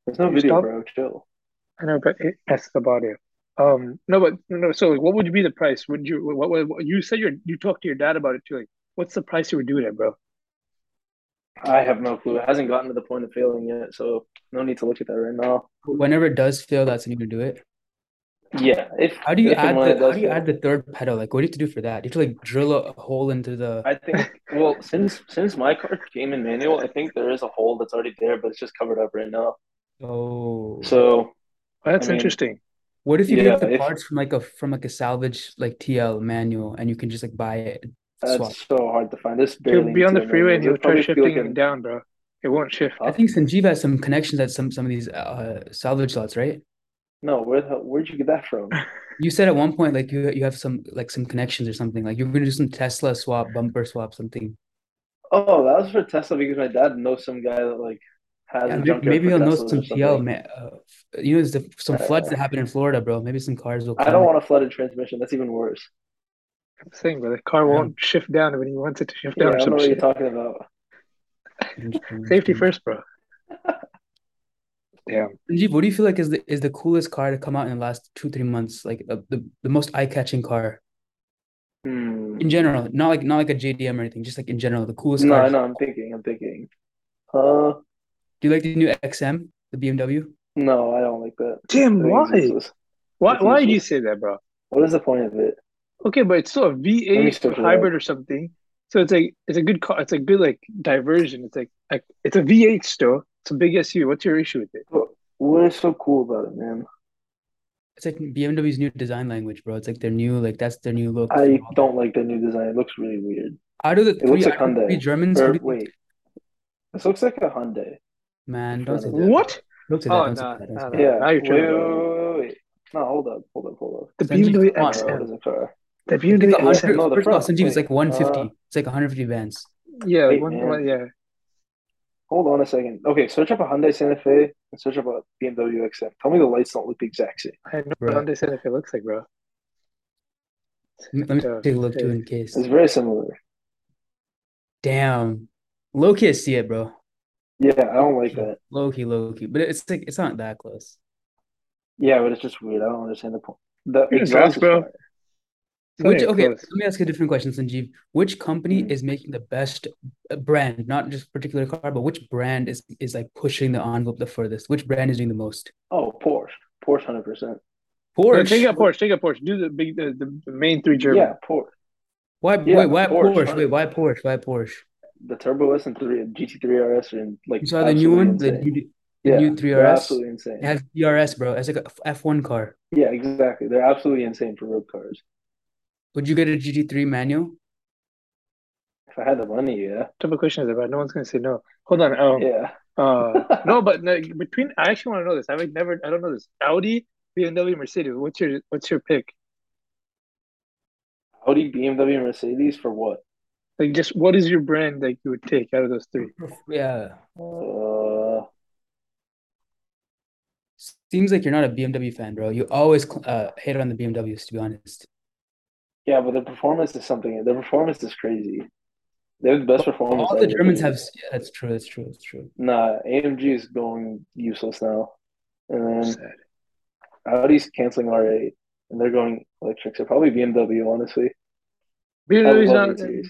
Speaker 1: There's no
Speaker 3: You
Speaker 1: video,
Speaker 3: stop?
Speaker 1: bro. Chill.
Speaker 3: I know, but it, that's the body. Um, no, but no. So, like, what would be the price? Would you? What? What? what you said your you talked to your dad about it too. Like, what's the price you would do it at, bro?
Speaker 1: I have no clue. It hasn't gotten to the point of failing yet, so no need to look at that right now.
Speaker 2: Whenever it does fail, that's when you do it.
Speaker 1: Yeah. If
Speaker 2: How do you
Speaker 1: if and
Speaker 2: add
Speaker 1: when
Speaker 2: the
Speaker 1: it
Speaker 2: how
Speaker 1: does
Speaker 2: do you
Speaker 1: fail.
Speaker 2: add the third pedal? Like what do you have to do for that? You have to like drill a hole into the
Speaker 1: I think well, since since my car came in manual, I think there is a hole that's already there, but it's just covered up right now.
Speaker 2: oh
Speaker 1: So
Speaker 3: That's
Speaker 1: I mean-
Speaker 3: interesting.
Speaker 2: what if you get
Speaker 1: yeah,
Speaker 2: the
Speaker 1: if-
Speaker 2: parts from like a from like a salvage like TL manual and you can just like buy it and
Speaker 1: that's
Speaker 2: swap?
Speaker 1: so hard to find. This barely
Speaker 3: You'll be on the
Speaker 1: into
Speaker 3: freeway and
Speaker 1: manual.
Speaker 3: you'll
Speaker 1: It'd probably Uh,
Speaker 3: try
Speaker 1: be
Speaker 3: shifting
Speaker 1: like an-
Speaker 3: it down, bro. It won't shift.
Speaker 2: I think Sanjeev has some connections at some some of these uh salvage lots, right?
Speaker 1: No, where the, where'd you get that from?
Speaker 2: You said at one point like you you have some like some connections or something. Like you're gonna do some Tesla swap, bumper swap, something.
Speaker 1: Oh, that was for Tesla because my dad knows some guy that like has
Speaker 2: Yeah,
Speaker 1: a
Speaker 2: maybe,
Speaker 1: junkyard
Speaker 2: maybe
Speaker 1: for
Speaker 2: he'll know
Speaker 1: Teslas or
Speaker 2: some TL
Speaker 1: something.
Speaker 2: man. Uh, you know, there's the, some floods
Speaker 1: Uh,
Speaker 2: that happen in Florida, bro. Maybe some cars will.
Speaker 1: I
Speaker 2: come.
Speaker 1: don't want a flooded transmission. That's even worse.
Speaker 3: I'm saying, bro, the car won't shift down when you want it to shift
Speaker 1: Yeah,
Speaker 3: down
Speaker 1: I
Speaker 3: or
Speaker 1: don't know
Speaker 3: some
Speaker 1: what you're
Speaker 3: shit.
Speaker 1: talking Mm-hmm. about.
Speaker 2: Interesting,
Speaker 3: Safety
Speaker 2: interesting.
Speaker 3: first, bro. Damn.
Speaker 2: Sanjeev, what do you feel like is the is the coolest car to come out in the last two, three months? Like the the, the most eye-catching car
Speaker 1: Hmm.
Speaker 2: in general, not like not like a JDM or anything, just like in general, the coolest
Speaker 1: No,
Speaker 2: car.
Speaker 1: I know. I'm thinking. I'm thinking. Uh,
Speaker 2: Do you like the new XM, the BMW?
Speaker 1: no, I don't like that. I
Speaker 3: Tim,
Speaker 1: think it's
Speaker 3: why?
Speaker 1: useless.
Speaker 3: Why?
Speaker 1: it's
Speaker 3: Why do you
Speaker 1: useless.
Speaker 3: say that, bro?
Speaker 1: What is the point of it?
Speaker 3: Okay, but it's still a
Speaker 1: Let me
Speaker 3: V8
Speaker 1: switch it
Speaker 3: hybrid or something. So it's like it's a good car. It's a good like diversion. It's like, like it's a V8 still. It's a big SUV. What's your issue with it?
Speaker 1: What is so cool about it, man?
Speaker 2: It's like BMW's new design language, bro. It's like their new like that's their new look.
Speaker 1: I don't like the new design. It looks really weird.
Speaker 2: Out of the three,
Speaker 1: looks like
Speaker 2: out of the three
Speaker 1: Hyundai.
Speaker 2: Germans, who
Speaker 1: Or
Speaker 2: do you-
Speaker 1: wait, this looks like a Hyundai.
Speaker 2: man, don't say that.
Speaker 3: What?
Speaker 2: Don't say that.
Speaker 3: Oh,
Speaker 2: Don't say
Speaker 3: no,
Speaker 2: that. Don't say
Speaker 3: no,
Speaker 2: that.
Speaker 3: no.
Speaker 1: Yeah.
Speaker 3: now you're
Speaker 1: Wait,
Speaker 3: tripping.
Speaker 1: wait, wait, wait, wait. No, hold up, hold up, hold up.
Speaker 3: The
Speaker 2: Sanjeev,
Speaker 3: BMW
Speaker 2: come on.
Speaker 1: Uh, what
Speaker 3: XM.
Speaker 1: is a car?
Speaker 3: The
Speaker 2: It's like
Speaker 3: BMW
Speaker 2: a hundred-
Speaker 3: XM.
Speaker 1: no, the
Speaker 2: first of all,
Speaker 1: front,
Speaker 2: Sanjeev, it's
Speaker 1: wait.
Speaker 2: like 150.
Speaker 1: Uh,
Speaker 2: it's like 150 bands.
Speaker 3: Yeah,
Speaker 1: Wait,
Speaker 3: one,
Speaker 1: man.
Speaker 3: one, yeah.
Speaker 1: Hold on a second. Okay, search up a Hyundai Santa Fe and search up a BMW XM. Tell me the lights don't look the exact same.
Speaker 3: I know what
Speaker 2: Bruh.
Speaker 3: Hyundai Santa Fe looks like, bro.
Speaker 2: Let me
Speaker 3: Yeah,
Speaker 2: take a look too
Speaker 3: yeah.
Speaker 2: in case.
Speaker 1: It's very similar.
Speaker 2: Damn. Low key, I see it, bro.
Speaker 1: Yeah, I don't like that.
Speaker 2: Low key, low key. But it's like it's not that close.
Speaker 1: Yeah, but it's just weird. I don't understand the point. The
Speaker 3: You're just
Speaker 1: exhaust
Speaker 3: ass, bro.
Speaker 1: is fire.
Speaker 3: It's not
Speaker 2: Which
Speaker 3: even
Speaker 2: okay,
Speaker 3: close.
Speaker 2: let me ask you a different question, Sanjeev. Which company
Speaker 1: Hmm.
Speaker 2: is making the best uh, brand, not just particular car, but which brand is is like pushing the envelope the furthest? Which brand is doing the most?
Speaker 1: Oh, Porsche. Porsche 100%.
Speaker 3: No,
Speaker 2: Porsche.
Speaker 3: take out Porsche. Take out Porsche. Do the big, the, the- the main three German.
Speaker 1: Yeah, Porsche.
Speaker 2: Why
Speaker 1: Yeah,
Speaker 2: wait, why
Speaker 1: Porsche.
Speaker 2: Porsche? Wait, why Porsche? Why Porsche?
Speaker 1: The Turbo S and 3 GT3 RS are in, like
Speaker 2: You saw the new
Speaker 1: absolutely
Speaker 2: one, the
Speaker 1: insane.
Speaker 2: new, the
Speaker 1: yeah,
Speaker 2: new 3
Speaker 1: they're
Speaker 2: RS.
Speaker 1: absolutely insane.
Speaker 2: It has DRS, bro. It's like a F- F1 car.
Speaker 1: Yeah, exactly. They're absolutely insane for road cars.
Speaker 2: Would you get a GT3 manual?
Speaker 1: If I had the money, yeah.
Speaker 3: Typical question is about. No one's gonna say no. Hold on. Um,
Speaker 1: Yeah. <laughs>
Speaker 3: uh, no, but like, between I actually want to know this. I've like, never. I don't know this. Audi, BMW, Mercedes. What's your What's your pick?
Speaker 1: Audi, BMW, and Mercedes for what?
Speaker 3: Like, just what is your brand that you would take out of those three?
Speaker 2: Yeah.
Speaker 1: Uh,
Speaker 2: Seems like you're not a BMW fan, bro. You always cl- uh, hate on the BMWs, to be honest.
Speaker 1: yeah, but their performance is something. Their performance is crazy. They have the best performance.
Speaker 2: All the
Speaker 1: ever.
Speaker 2: Germans have. Yeah, that's true. That's true. That's true.
Speaker 1: Nah, AMG is going useless now, and then
Speaker 3: Sad.
Speaker 1: Audi's canceling R8, and they're going electric. So probably BMW, honestly. I
Speaker 3: BMW's
Speaker 1: love
Speaker 3: not.
Speaker 1: E3s.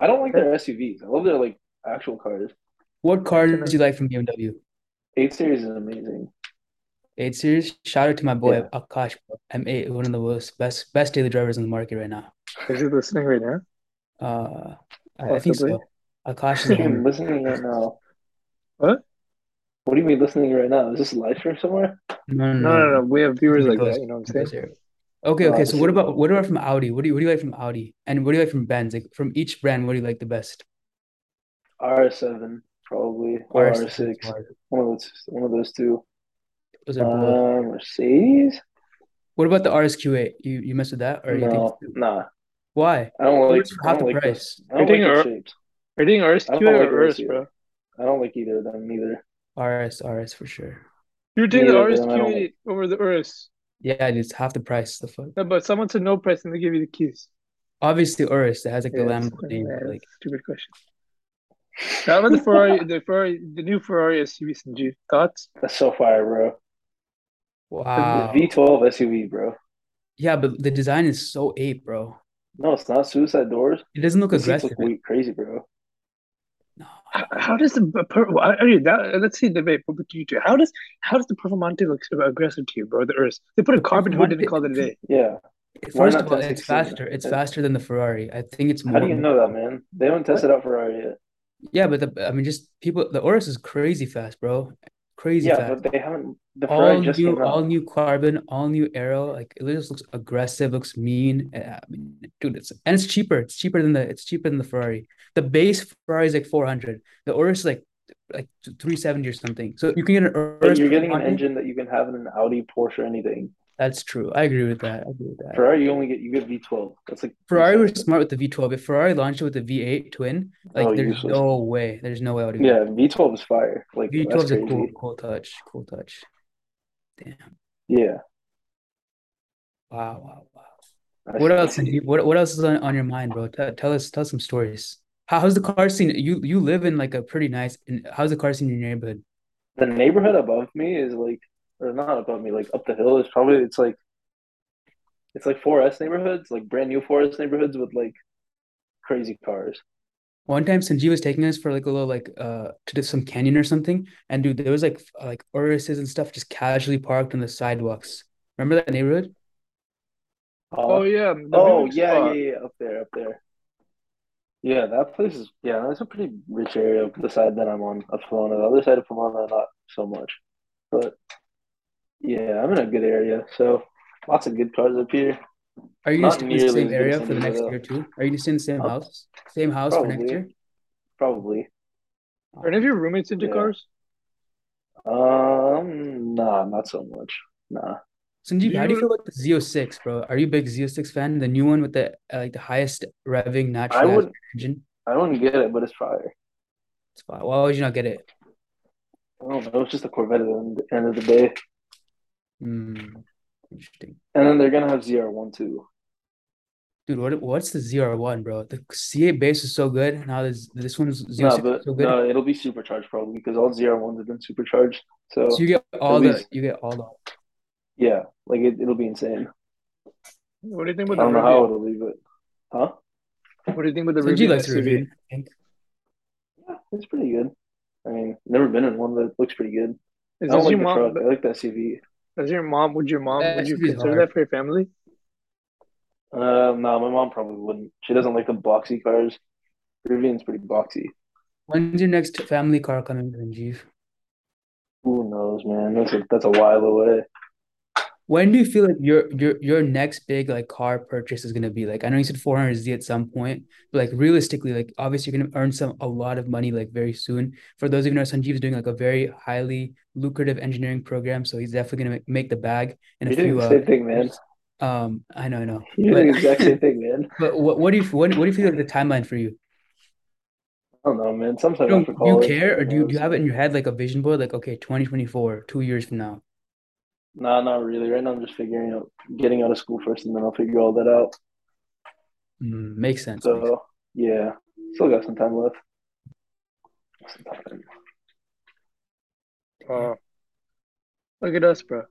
Speaker 1: I don't like their SUVs. I love their like actual cars.
Speaker 2: What car do you like from BMW?
Speaker 1: Eight Series is amazing.
Speaker 2: 8 Series. Shout out to my boy
Speaker 1: Yeah.
Speaker 2: Akash, bro. M8, one of the worst, best, best daily drivers on the market right now.
Speaker 3: Is it listening right now?
Speaker 2: Uh, I, I think
Speaker 3: Possibly.
Speaker 2: so.
Speaker 1: <laughs>
Speaker 2: Akash is
Speaker 1: What
Speaker 2: a
Speaker 1: do you mean
Speaker 2: hammer.
Speaker 1: listening right now?
Speaker 3: What?
Speaker 1: What do you mean listening right now? Is this a live stream somewhere?
Speaker 3: No,
Speaker 2: No, no, no,
Speaker 3: no, no. We have viewers like
Speaker 2: Mm-hmm. Because-
Speaker 3: that. You know what I'm saying?
Speaker 2: Because they're- Okay, okay.
Speaker 1: Uh,
Speaker 2: So what about what about from Audi? What do you what do you like from Audi? And what do you like from Benz? Like from each brand, what do you like the best?
Speaker 1: RS7 probably or
Speaker 2: RS,
Speaker 1: RS6. One of those. One of those two.
Speaker 2: Those are both.
Speaker 1: Uh, Mercedes?
Speaker 2: What about the RSQ8? You you mess with that or you
Speaker 1: No,
Speaker 2: think
Speaker 1: nah.
Speaker 2: why?
Speaker 1: I don't like.
Speaker 2: It's for
Speaker 1: I
Speaker 2: half
Speaker 1: don't
Speaker 2: the
Speaker 1: like. The,
Speaker 2: price.
Speaker 1: I don't
Speaker 3: You're
Speaker 1: like the
Speaker 3: taking
Speaker 1: shapes.
Speaker 3: Are you RS
Speaker 1: I
Speaker 3: QA
Speaker 1: don't like
Speaker 3: or RS,
Speaker 1: RS,
Speaker 3: bro?
Speaker 1: I don't like either of them either.
Speaker 2: RS, RS for sure.
Speaker 3: You're taking the
Speaker 1: Neither
Speaker 3: RS
Speaker 1: of them, I don't
Speaker 3: QA over the RS.
Speaker 2: Yeah, dude, it's half the price. The fuck.
Speaker 3: No, but someone said no price and they give you the keys.
Speaker 2: Obviously, RS that has like the
Speaker 3: Yeah,
Speaker 2: Lambo
Speaker 3: it's-
Speaker 2: name, but
Speaker 3: yeah,
Speaker 2: like
Speaker 3: stupid question. How about the Ferrari? The Ferrari, the new Ferrari SUV. Sanjeev, thoughts?
Speaker 1: That's so fire, bro.
Speaker 2: Wow.
Speaker 1: The V12 SUV, bro.
Speaker 2: Yeah, but the design is so ape, bro.
Speaker 1: No, it's not suicide doors.
Speaker 2: It doesn't look
Speaker 1: The seats
Speaker 2: aggressive.
Speaker 1: look weak, crazy, bro.
Speaker 2: No.
Speaker 3: How, how does the a per, I I mean, that, let's see the debate between you two. How does how does the Performante look so aggressive to you, bro? The Urus. They put a carbon hood in and called it a day.
Speaker 1: Yeah. Why
Speaker 2: First
Speaker 1: not
Speaker 2: of all,
Speaker 1: test
Speaker 2: it's
Speaker 1: it sooner?
Speaker 2: faster. It's faster than the Ferrari. I think it's
Speaker 1: How
Speaker 2: more.
Speaker 1: do you know that, man? They haven't tested out Ferrari yet.
Speaker 2: Yeah, but the I mean, just people. The Urus is crazy fast, bro. Crazy
Speaker 1: Yeah,
Speaker 2: fast.
Speaker 1: but they haven't. The
Speaker 2: all
Speaker 1: Ferrari just
Speaker 2: new,
Speaker 1: came out.
Speaker 2: all new carbon, all new aero. Like it just looks aggressive, looks mean. Uh, I mean, dude, it's and it's cheaper. It's cheaper than the. It's cheaper than the Ferrari. The base Ferrari is like four hundred. The Urus is like like three seventy or something. So you can get an
Speaker 1: But
Speaker 2: Urus.
Speaker 1: you're getting an
Speaker 2: 400.
Speaker 1: engine that you can have in an Audi, Porsche, anything.
Speaker 2: That's true. I agree with that. I agree with that.
Speaker 1: Ferrari, you only get you get V12. That's like
Speaker 2: Ferrari was smart with the V12. If Ferrari launched it with the V8 twin, like
Speaker 1: Oh,
Speaker 2: there's
Speaker 1: useless.
Speaker 2: no way. There's no way I would have
Speaker 1: yeah, V12 is fire. Like
Speaker 2: V12
Speaker 1: that's
Speaker 2: is a
Speaker 1: crazy.
Speaker 2: cool, cool touch. Cool touch. Damn.
Speaker 1: Yeah.
Speaker 2: Wow, wow, wow.
Speaker 1: I
Speaker 2: What else?
Speaker 1: see.
Speaker 2: Sanjeev? What what else is on, on your mind, bro? Tell, tell us, tell us some stories. How, how's the car scene? You you live in like a pretty nice. In, how's the car scene in your neighborhood?
Speaker 1: The neighborhood above me is like, or not above me, like up the hill is probably it's like, it's like 4S neighborhoods, like brand new 4S neighborhoods with like crazy cars.
Speaker 2: One time, Sanjeev was taking us for like a little like uh to do some canyon or something, and dude, there was like f- uh, like Uruses and stuff just casually parked on the sidewalks. Remember that neighborhood?
Speaker 3: Oh
Speaker 1: Uh,
Speaker 3: yeah. the
Speaker 1: oh
Speaker 3: Vivek
Speaker 1: yeah, yeah,
Speaker 3: spot.
Speaker 1: yeah, up there, up there. Yeah, that place is yeah, that's a pretty rich area. The side that I'm on, of Pomona. The other side of Pomona, not so much, but yeah, I'm in a good area. So lots of good cars up here.
Speaker 2: Are you gonna
Speaker 1: Not
Speaker 2: stay in the
Speaker 1: nearly
Speaker 2: same
Speaker 1: as good
Speaker 2: area
Speaker 1: as
Speaker 2: for the next
Speaker 1: Sanjeev,
Speaker 2: year too? Are you gonna stay in the same
Speaker 1: Uh,
Speaker 2: house? Same house for next
Speaker 1: probably.
Speaker 2: year?
Speaker 1: Probably.
Speaker 3: Are any of your roommates into
Speaker 1: Yeah.
Speaker 3: cars?
Speaker 1: Um, nah, not so much. Nah.
Speaker 2: Sanjeev,
Speaker 3: Do
Speaker 2: how do you
Speaker 3: you-
Speaker 2: feel about the Z06, bro? Are you a big Z06 fan? The new one with the uh, like the highest revving
Speaker 1: I
Speaker 2: natural gas
Speaker 1: would
Speaker 2: engine?
Speaker 1: I wouldn't get it, but it's fire.
Speaker 2: It's fine. Why would you not get it?
Speaker 1: I don't know, it's just a Corvette at the end- end of the day.
Speaker 2: Hmm. Interesting.
Speaker 1: And then they're gonna have ZR1 too.
Speaker 2: Dude, what what's the ZR1, bro? The C8 base is so good. Now this this one's
Speaker 1: No,
Speaker 2: Z06 is
Speaker 1: but
Speaker 2: so good.
Speaker 1: no, it'll be supercharged probably because all ZR1s have been supercharged. So
Speaker 2: So you get all
Speaker 1: it'll be-
Speaker 2: the you get all the
Speaker 1: yeah, like it, it'll be insane.
Speaker 3: What do you think
Speaker 1: I
Speaker 3: about
Speaker 1: don't
Speaker 3: the
Speaker 1: know
Speaker 3: Rivian?
Speaker 1: how it'll leave it. Huh?
Speaker 3: What do you think about the
Speaker 2: Sanjeev
Speaker 3: Rivian
Speaker 2: likes the
Speaker 3: SUV?
Speaker 2: Rivian, I think.
Speaker 1: Yeah, it's pretty good. I mean, never been in one, but it looks pretty good. I
Speaker 3: Is
Speaker 1: don't
Speaker 3: this
Speaker 1: like
Speaker 3: your
Speaker 1: the truck.
Speaker 3: mom?
Speaker 1: I like the SUV.
Speaker 3: Is your mom? Would your mom?
Speaker 2: Yeah,
Speaker 3: Would you
Speaker 2: SUV is
Speaker 3: consider
Speaker 2: hard.
Speaker 3: that for your family?
Speaker 1: Um, no, my mom probably wouldn't. She doesn't like the boxy cars. Rivian's pretty boxy.
Speaker 2: When's your next family car coming, Sanjeev?
Speaker 1: Who knows, man? That's a that's a while away.
Speaker 2: When do you feel like your your your next big like car purchase is gonna be? Like I know you said 400Z at some point, but like realistically, like obviously you're gonna earn some a lot of money like very soon. For those of you who know, Sanjeev is doing like a very highly lucrative engineering program, so he's definitely gonna make, make the bag in a
Speaker 1: You're doing
Speaker 2: few
Speaker 1: the
Speaker 2: uh,
Speaker 1: same thing,
Speaker 2: <laughs>
Speaker 1: man.
Speaker 2: years. Um, I know, I know.
Speaker 1: You're doing the exact same thing, man.
Speaker 2: But but what what do you what, what do you feel like the timeline for you?
Speaker 1: I don't know, man. Sometime
Speaker 2: Don't
Speaker 1: after
Speaker 2: do you
Speaker 1: college.
Speaker 2: care or
Speaker 1: who
Speaker 2: do you do you
Speaker 1: knows?
Speaker 2: have it in your head like a vision board? Like okay, 2024, two years from now.
Speaker 1: Nah, not really. Right now, I'm just figuring out getting out of school first, and then I'll figure all that out.
Speaker 2: Mm, makes sense. makes
Speaker 1: So yeah, still got some time left. Some time.
Speaker 3: Oh, look at us, bro.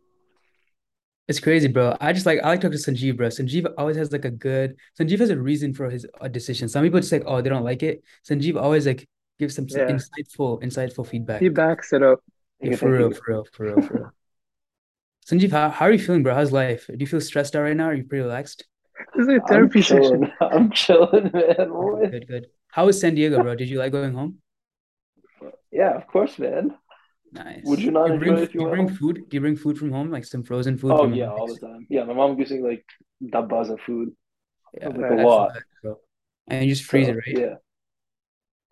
Speaker 2: It's crazy, bro. I just like I like talking to Sanjeev, bro. Sanjeev always has like a good Sanjeev has a reason for his uh, decision. Some people just like, oh, they don't like it. Sanjeev always like gives some s-
Speaker 3: Yeah.
Speaker 2: insightful, insightful feedback.
Speaker 3: He backs it up.
Speaker 1: Thank
Speaker 2: Yeah,
Speaker 1: you,
Speaker 2: for
Speaker 1: thank
Speaker 2: real,
Speaker 1: you.
Speaker 2: for real, for real, for real. <laughs> Sanjeev, how, how are you feeling, bro? How's life? Do you feel stressed out right now? Are you pretty relaxed?
Speaker 3: This is a
Speaker 1: I'm
Speaker 3: therapy session.
Speaker 1: chilling. <laughs> I'm chilling, man.
Speaker 2: Okay,
Speaker 1: What?
Speaker 2: good, good. How was San Diego, bro? Did you like going home?
Speaker 1: Yeah, of course, man.
Speaker 2: Nice.
Speaker 1: Would you not
Speaker 2: Do you bring
Speaker 1: enjoy it if
Speaker 2: do
Speaker 1: you
Speaker 2: you
Speaker 1: went
Speaker 2: bring
Speaker 1: home?
Speaker 2: food? Do you bring food from home, like some frozen food
Speaker 1: Oh
Speaker 2: from
Speaker 1: yeah, all the time. Yeah, my mom gives me like dabbas of food,
Speaker 2: Yeah,
Speaker 1: like a
Speaker 3: That's
Speaker 1: lot.
Speaker 2: bad, bro. And you just freeze it,
Speaker 1: So
Speaker 2: right?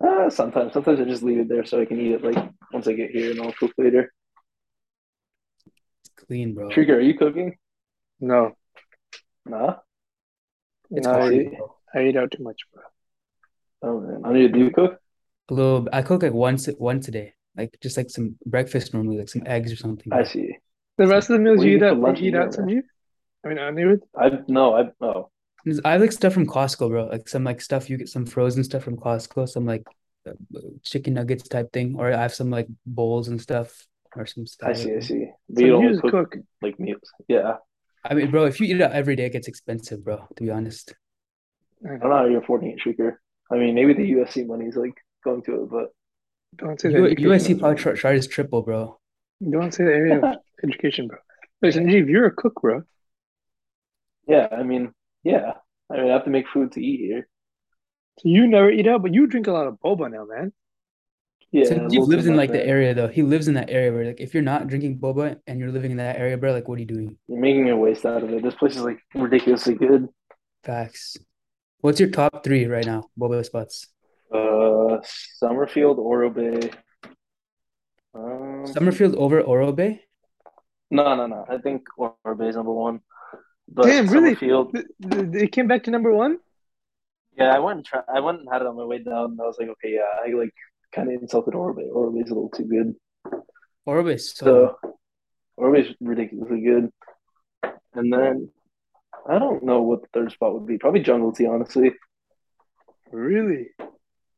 Speaker 1: yeah. Uh, sometimes, sometimes I just leave it there so I can eat it like once I get here and I'll cook later.
Speaker 2: It's clean, bro.
Speaker 1: Trigger, are you cooking?
Speaker 3: No,
Speaker 1: Nah.
Speaker 2: It's
Speaker 3: no, I
Speaker 2: hard,
Speaker 1: see.
Speaker 3: eat,
Speaker 2: bro.
Speaker 3: I eat out too much, bro.
Speaker 1: Oh man, I need to do you cook.
Speaker 2: A little, I cook like once once a day, like just like some breakfast normally, like some eggs or something.
Speaker 1: I
Speaker 2: bro.
Speaker 1: see.
Speaker 3: The rest of the meals
Speaker 1: What do
Speaker 3: you
Speaker 1: you
Speaker 3: eat
Speaker 1: get for
Speaker 3: out,
Speaker 1: lunch
Speaker 3: you eat
Speaker 1: and
Speaker 3: out,
Speaker 1: dinner?
Speaker 3: Sanjeev? I mean, I knew it.
Speaker 1: I no, I oh
Speaker 2: I have like stuff from Costco, bro. Like some like stuff you get some frozen stuff from Costco, some like chicken nuggets type thing, or I have some like bowls and stuff or some stuff.
Speaker 1: I see, I see. But
Speaker 3: So
Speaker 1: you
Speaker 3: you
Speaker 1: only
Speaker 3: just
Speaker 1: cook,
Speaker 3: cook.
Speaker 1: like meals. Yeah.
Speaker 2: I mean, bro, if you eat it out every day, it gets expensive, bro. To be honest,
Speaker 1: I don't know how you're affording it, Shuker. I mean, maybe the USC money's like going to it, but
Speaker 3: Don't say that.
Speaker 2: U-
Speaker 3: education
Speaker 2: USC
Speaker 3: is-
Speaker 2: probably tra- charges triple, bro.
Speaker 3: Don't say the area
Speaker 1: <laughs>
Speaker 3: of education, bro. Listen, Sanjeev, you're a cook, bro.
Speaker 1: yeah, I mean, yeah. I mean, I have to make food to eat here.
Speaker 3: So you never eat out, but you drink a lot of boba now, man.
Speaker 1: Yeah.
Speaker 2: So
Speaker 1: we'll
Speaker 2: Sanjeev lives
Speaker 1: see
Speaker 2: in
Speaker 1: about
Speaker 2: like the
Speaker 1: that.
Speaker 2: area though. He lives in that area where like if you're not drinking boba and you're living in that area, bro, like what are you doing?
Speaker 1: You're making a waste out of it. This place is like ridiculously good.
Speaker 2: Facts. What's your top three right now, boba spots?
Speaker 1: Uh, Summerfield, Oro Bay. Um,
Speaker 2: Summerfield over Oro Bay?
Speaker 1: No, no, no. I think Oro Bay is number one. But
Speaker 3: Damn, really?
Speaker 1: Summerfield.
Speaker 3: Th- th- It came back to number one.
Speaker 1: Yeah, I went and try, I went and had it on my way down, and I was like, okay, yeah, I like kind of insulted Oro Bay. Oro Bay's a little too good.
Speaker 2: Oro Bay is so
Speaker 1: So Oro Bay's ridiculously good. And then I don't know what the third spot would be. Probably Jungle Tea, honestly.
Speaker 3: Really?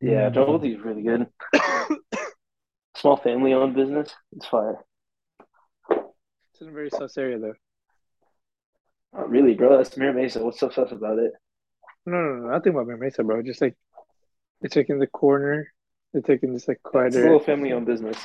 Speaker 1: Yeah,
Speaker 2: Mm.
Speaker 1: Jungle Tea is really good. <coughs> Small family-owned business. It's fire.
Speaker 3: It's in a very sus area, though.
Speaker 1: Not really, bro. That's Mira Mesa. What's so sus about it?
Speaker 3: No, no, no. Nothing about Mesa, bro. Just like they're taking the corner. They're taking this like
Speaker 1: It's a
Speaker 3: quieter.
Speaker 1: little family-owned business.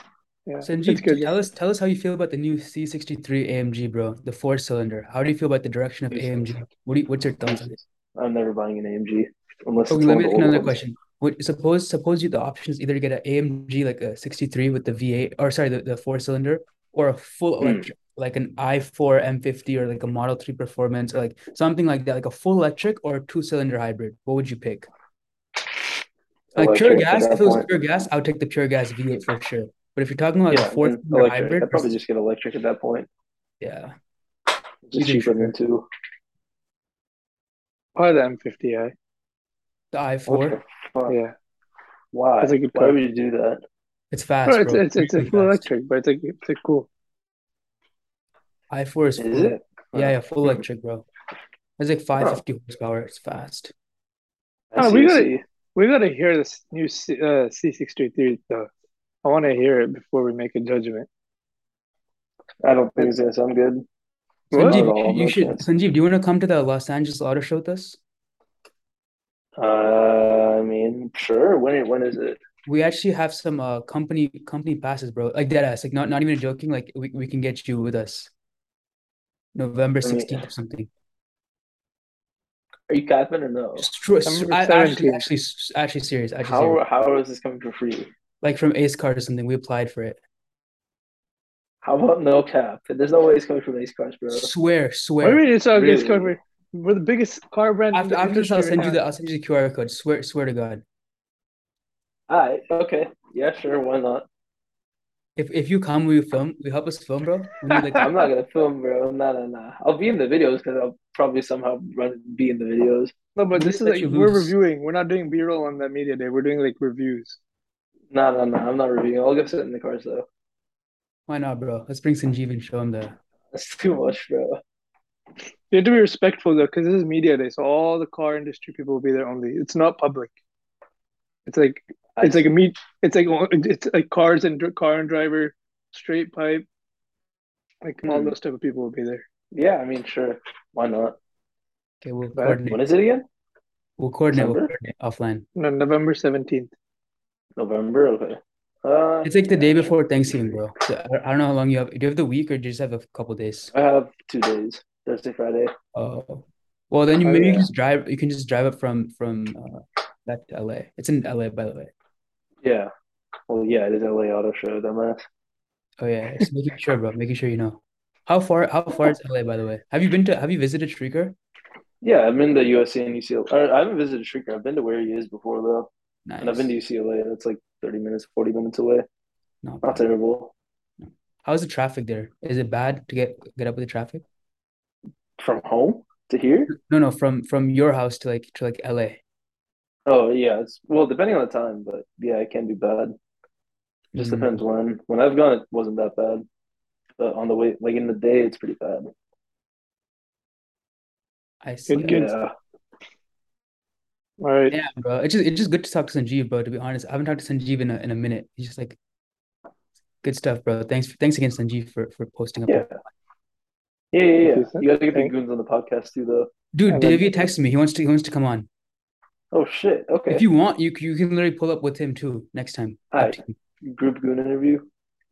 Speaker 3: Yeah, it's
Speaker 2: Sanjeev,
Speaker 3: good.
Speaker 2: tell us tell us how you feel about the new C63 AMG, bro, the four cylinder. How do you feel about the direction of AMG? What do you, what's your thoughts on it?
Speaker 1: I'm never buying an AMG unless
Speaker 2: Okay,
Speaker 1: it's
Speaker 2: let
Speaker 1: one of
Speaker 2: me ask
Speaker 1: the
Speaker 2: you
Speaker 1: old
Speaker 2: another
Speaker 1: ones.
Speaker 2: question. Would suppose suppose you the options either get an AMG like a 63 with the V8 or sorry the, the four cylinder or a full
Speaker 1: Hmm.
Speaker 2: electric like an i4 M50 or like a Model 3 Performance or like something like that like a full electric or a two cylinder hybrid. What would you pick? Like
Speaker 1: Electric
Speaker 2: pure
Speaker 1: at
Speaker 2: gas,
Speaker 1: that
Speaker 2: if it was
Speaker 1: point.
Speaker 2: pure gas, I would take the pure gas V8 for sure. But if you're talking about
Speaker 1: Yeah,
Speaker 2: a four
Speaker 1: then
Speaker 2: cylinder
Speaker 1: electric.
Speaker 2: hybrid,
Speaker 1: I'd probably
Speaker 2: versus-
Speaker 1: just get electric at that point. It's
Speaker 2: yeah,
Speaker 1: just
Speaker 2: You think
Speaker 1: cheaper
Speaker 2: so?
Speaker 1: than two.
Speaker 3: Probably the M50i.
Speaker 2: the
Speaker 1: What
Speaker 2: i4,
Speaker 1: the fuck?
Speaker 3: Yeah,
Speaker 1: Why?
Speaker 3: That's a good
Speaker 1: Why
Speaker 3: point.
Speaker 1: would you do that?
Speaker 2: it's fast,
Speaker 3: bro, it's
Speaker 2: bro.
Speaker 3: it's it's a
Speaker 2: Really
Speaker 3: full
Speaker 2: fast.
Speaker 3: electric, but it's like it's like cool.
Speaker 2: i4 is
Speaker 1: Is
Speaker 2: full.
Speaker 1: it?
Speaker 2: Yeah, yeah, full
Speaker 1: Hmm.
Speaker 2: electric, bro. It's like 550 horsepower. It's fast.
Speaker 1: I
Speaker 3: Oh,
Speaker 1: see,
Speaker 3: we
Speaker 1: I
Speaker 3: gotta-
Speaker 1: see.
Speaker 3: We gotta hear this new C, uh, C633 though. I want to hear it before we make a judgment.
Speaker 1: I don't think it's gonna sound good.
Speaker 3: What?
Speaker 1: Not
Speaker 2: Sanjeev,
Speaker 1: at
Speaker 2: you
Speaker 1: all,
Speaker 2: should- you
Speaker 1: no
Speaker 2: should
Speaker 1: chance.
Speaker 2: Sanjeev, do you want to come to the Los Angeles Auto Show with us?
Speaker 1: Uh, I mean, sure. When when is it?
Speaker 2: We actually have some uh company company passes, bro. Like dead ass. Like not not even joking. Like we, we can get you with us. November
Speaker 1: I mean-
Speaker 2: 16th or something.
Speaker 1: Are you capping or no?
Speaker 2: Stru-
Speaker 3: November
Speaker 2: I, actually
Speaker 3: 17th.
Speaker 2: actually s- actually serious. Actually
Speaker 1: Oh, How
Speaker 2: serious.
Speaker 1: how is this coming for free?
Speaker 2: Like from Ace Card or something. We applied for it.
Speaker 1: How about no cap? There's no way it's coming from Ace Cars, bro.
Speaker 2: Swear,
Speaker 3: Wait,
Speaker 2: swear.
Speaker 3: wait, it's all
Speaker 1: Really?
Speaker 3: good. Cover. We're the biggest car brand. in
Speaker 2: After
Speaker 3: the
Speaker 2: after this, I'll
Speaker 3: industry
Speaker 2: send
Speaker 3: right
Speaker 2: you
Speaker 3: now.
Speaker 2: the I'll send you the QR code. Swear swear to God.
Speaker 1: All right. Okay. Yeah. Sure. Why not?
Speaker 2: If if you come, will you film? Will you help us film, bro? We need
Speaker 1: <laughs>
Speaker 2: like
Speaker 1: I'm not gonna film, bro. Nah, nah, nah. I'll be in the videos because I'll probably somehow run be in the videos.
Speaker 3: No, but
Speaker 2: At
Speaker 3: this is
Speaker 2: least let
Speaker 3: like
Speaker 2: you
Speaker 3: we're
Speaker 2: lose.
Speaker 3: reviewing. We're not doing B-roll on that media day. We're doing like reviews.
Speaker 1: Nah, nah, nah. I'm not reviewing. I'll go sit in the cars though.
Speaker 2: why not, bro? Let's bring Sanjeev and show him the
Speaker 1: That's <laughs> too much, bro.
Speaker 3: You have to be respectful though, because this is media day, so all the car industry people will be there only. It's not public. It's like
Speaker 1: I
Speaker 3: it's like a meet. It's like it's like cars and dr- car and driver, straight pipe, like all
Speaker 1: Hmm.
Speaker 3: those type of people will be there.
Speaker 1: yeah. I mean, sure. Why not?
Speaker 2: okay, we'll
Speaker 3: But-
Speaker 2: coordinate.
Speaker 1: When is it again?
Speaker 2: We'll coordinate, we'll
Speaker 1: December?
Speaker 2: coordinate offline.
Speaker 3: No, November seventeenth.
Speaker 1: November. Okay. Uh,
Speaker 2: It's like the day before Thanksgiving, bro. So I, I don't know how long you have. Do you have the week or do you just have a couple days?
Speaker 1: I have two days. Thursday, Friday.
Speaker 2: Oh, well, then you
Speaker 1: Oh,
Speaker 2: maybe you
Speaker 1: yeah.
Speaker 2: can just drive. You can just drive up from from uh, back to LA. It's in LA, by the way.
Speaker 1: Yeah. Well, yeah. It is LA Auto Show. Dumbass.
Speaker 2: Oh yeah, just making sure, bro. Making sure you know how far how far is LA, by the way. Have you been to? Have you visited Shrieker?
Speaker 1: Yeah. I'm in the USC and UCLA. Or, I haven't visited Shrieker. I've been to where he is before though,
Speaker 2: Nice.
Speaker 1: and I've been to UCLA. That's like 30 minutes, 40 minutes away.
Speaker 2: Not
Speaker 1: Not
Speaker 2: bad.
Speaker 1: terrible.
Speaker 2: How's the traffic there? Is it bad to get get up with the traffic?
Speaker 1: From home to here.
Speaker 2: No, no, from from your house to like to like LA.
Speaker 1: Oh yeah, it's well depending on the time, but yeah, it can be bad. Just
Speaker 3: Mm-hmm.
Speaker 2: Mm.
Speaker 1: depends when. When I've gone, it wasn't that bad, but on the way, like in the day, it's pretty bad.
Speaker 2: I see.
Speaker 3: Good.
Speaker 1: Yeah, All right.
Speaker 2: Yeah, bro. It's just it's just good to talk to Sanjeev, bro. To be honest, I haven't talked to Sanjeev in a, in a minute. He's just like good stuff, bro. Thanks thanks again, Sanjeev, for for posting up.
Speaker 1: Yeah. Yeah, yeah, yeah.
Speaker 3: Decent.
Speaker 1: You gotta get the
Speaker 3: Thank-
Speaker 1: goons on the podcast too, though.
Speaker 2: Dude,
Speaker 3: I love
Speaker 2: Divya texted me. He wants to he wants to come on.
Speaker 1: Oh shit. Okay.
Speaker 2: If you want, you c- you can literally pull up with him too next time. Up
Speaker 1: Alright.
Speaker 2: to you.
Speaker 1: Group goon interview.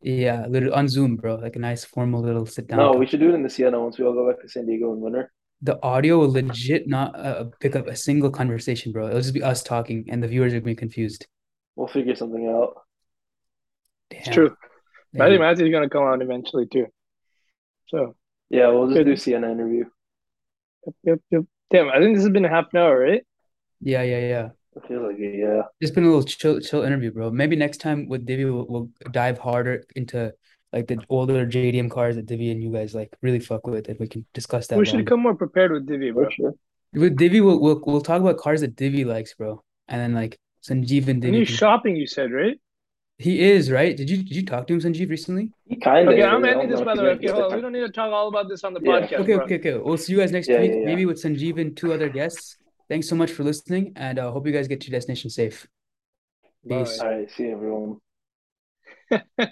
Speaker 2: Yeah, literally on Zoom, bro. Like a nice formal little sit down.
Speaker 1: No, we should do it in the Sienna once we all go back to San Diego in winter.
Speaker 2: the audio will legit not uh, pick up a single conversation, bro. It'll just be us talking, and the viewers are gonna be confused.
Speaker 1: We'll figure something out.
Speaker 2: Damn.
Speaker 3: It's true.
Speaker 2: Yeah.
Speaker 3: I think Matthew's gonna come on eventually too. So
Speaker 1: Yeah, we'll just
Speaker 3: Good.
Speaker 1: do Sienna interview.
Speaker 3: yep, yep, yep. Damn, I think this has been a half an hour, right?
Speaker 2: Yeah, yeah, yeah.
Speaker 1: I feel like it, yeah.
Speaker 2: It's been a little chill, chill interview, bro. Maybe next time with Divi, we'll, we'll dive harder into like the older JDM cars that Divi and you guys like really fuck with, and we can discuss that.
Speaker 3: we should
Speaker 2: longer.
Speaker 3: come more prepared with Divi, bro.
Speaker 1: For sure.
Speaker 2: with Divi. We'll, we'll we'll talk about cars that Divi likes, bro, and then like Sanjeev and
Speaker 3: And
Speaker 2: Divi.
Speaker 3: you
Speaker 2: can-
Speaker 3: shopping, you said, right?
Speaker 2: he is right. Did you did you talk to him, Sanjeev, recently?
Speaker 1: He kinda
Speaker 3: Okay,
Speaker 1: is.
Speaker 3: I'm
Speaker 1: I don't
Speaker 3: ending this
Speaker 1: know
Speaker 3: by
Speaker 1: if
Speaker 3: the
Speaker 1: you
Speaker 3: way.
Speaker 1: guys
Speaker 3: Okay,
Speaker 1: get
Speaker 3: hold
Speaker 1: the
Speaker 3: on. We
Speaker 1: time.
Speaker 3: don't need to talk all about this on the
Speaker 1: Yeah.
Speaker 3: podcast.
Speaker 2: okay,
Speaker 3: bro.
Speaker 2: okay, okay. We'll see you guys next
Speaker 1: Yeah,
Speaker 2: week,
Speaker 1: yeah, yeah.
Speaker 2: maybe with Sanjeev and two other guests. Thanks so much for listening, and uh, hope you guys get to your destination safe.
Speaker 3: Bye.
Speaker 2: Peace.
Speaker 1: All right, see you, everyone.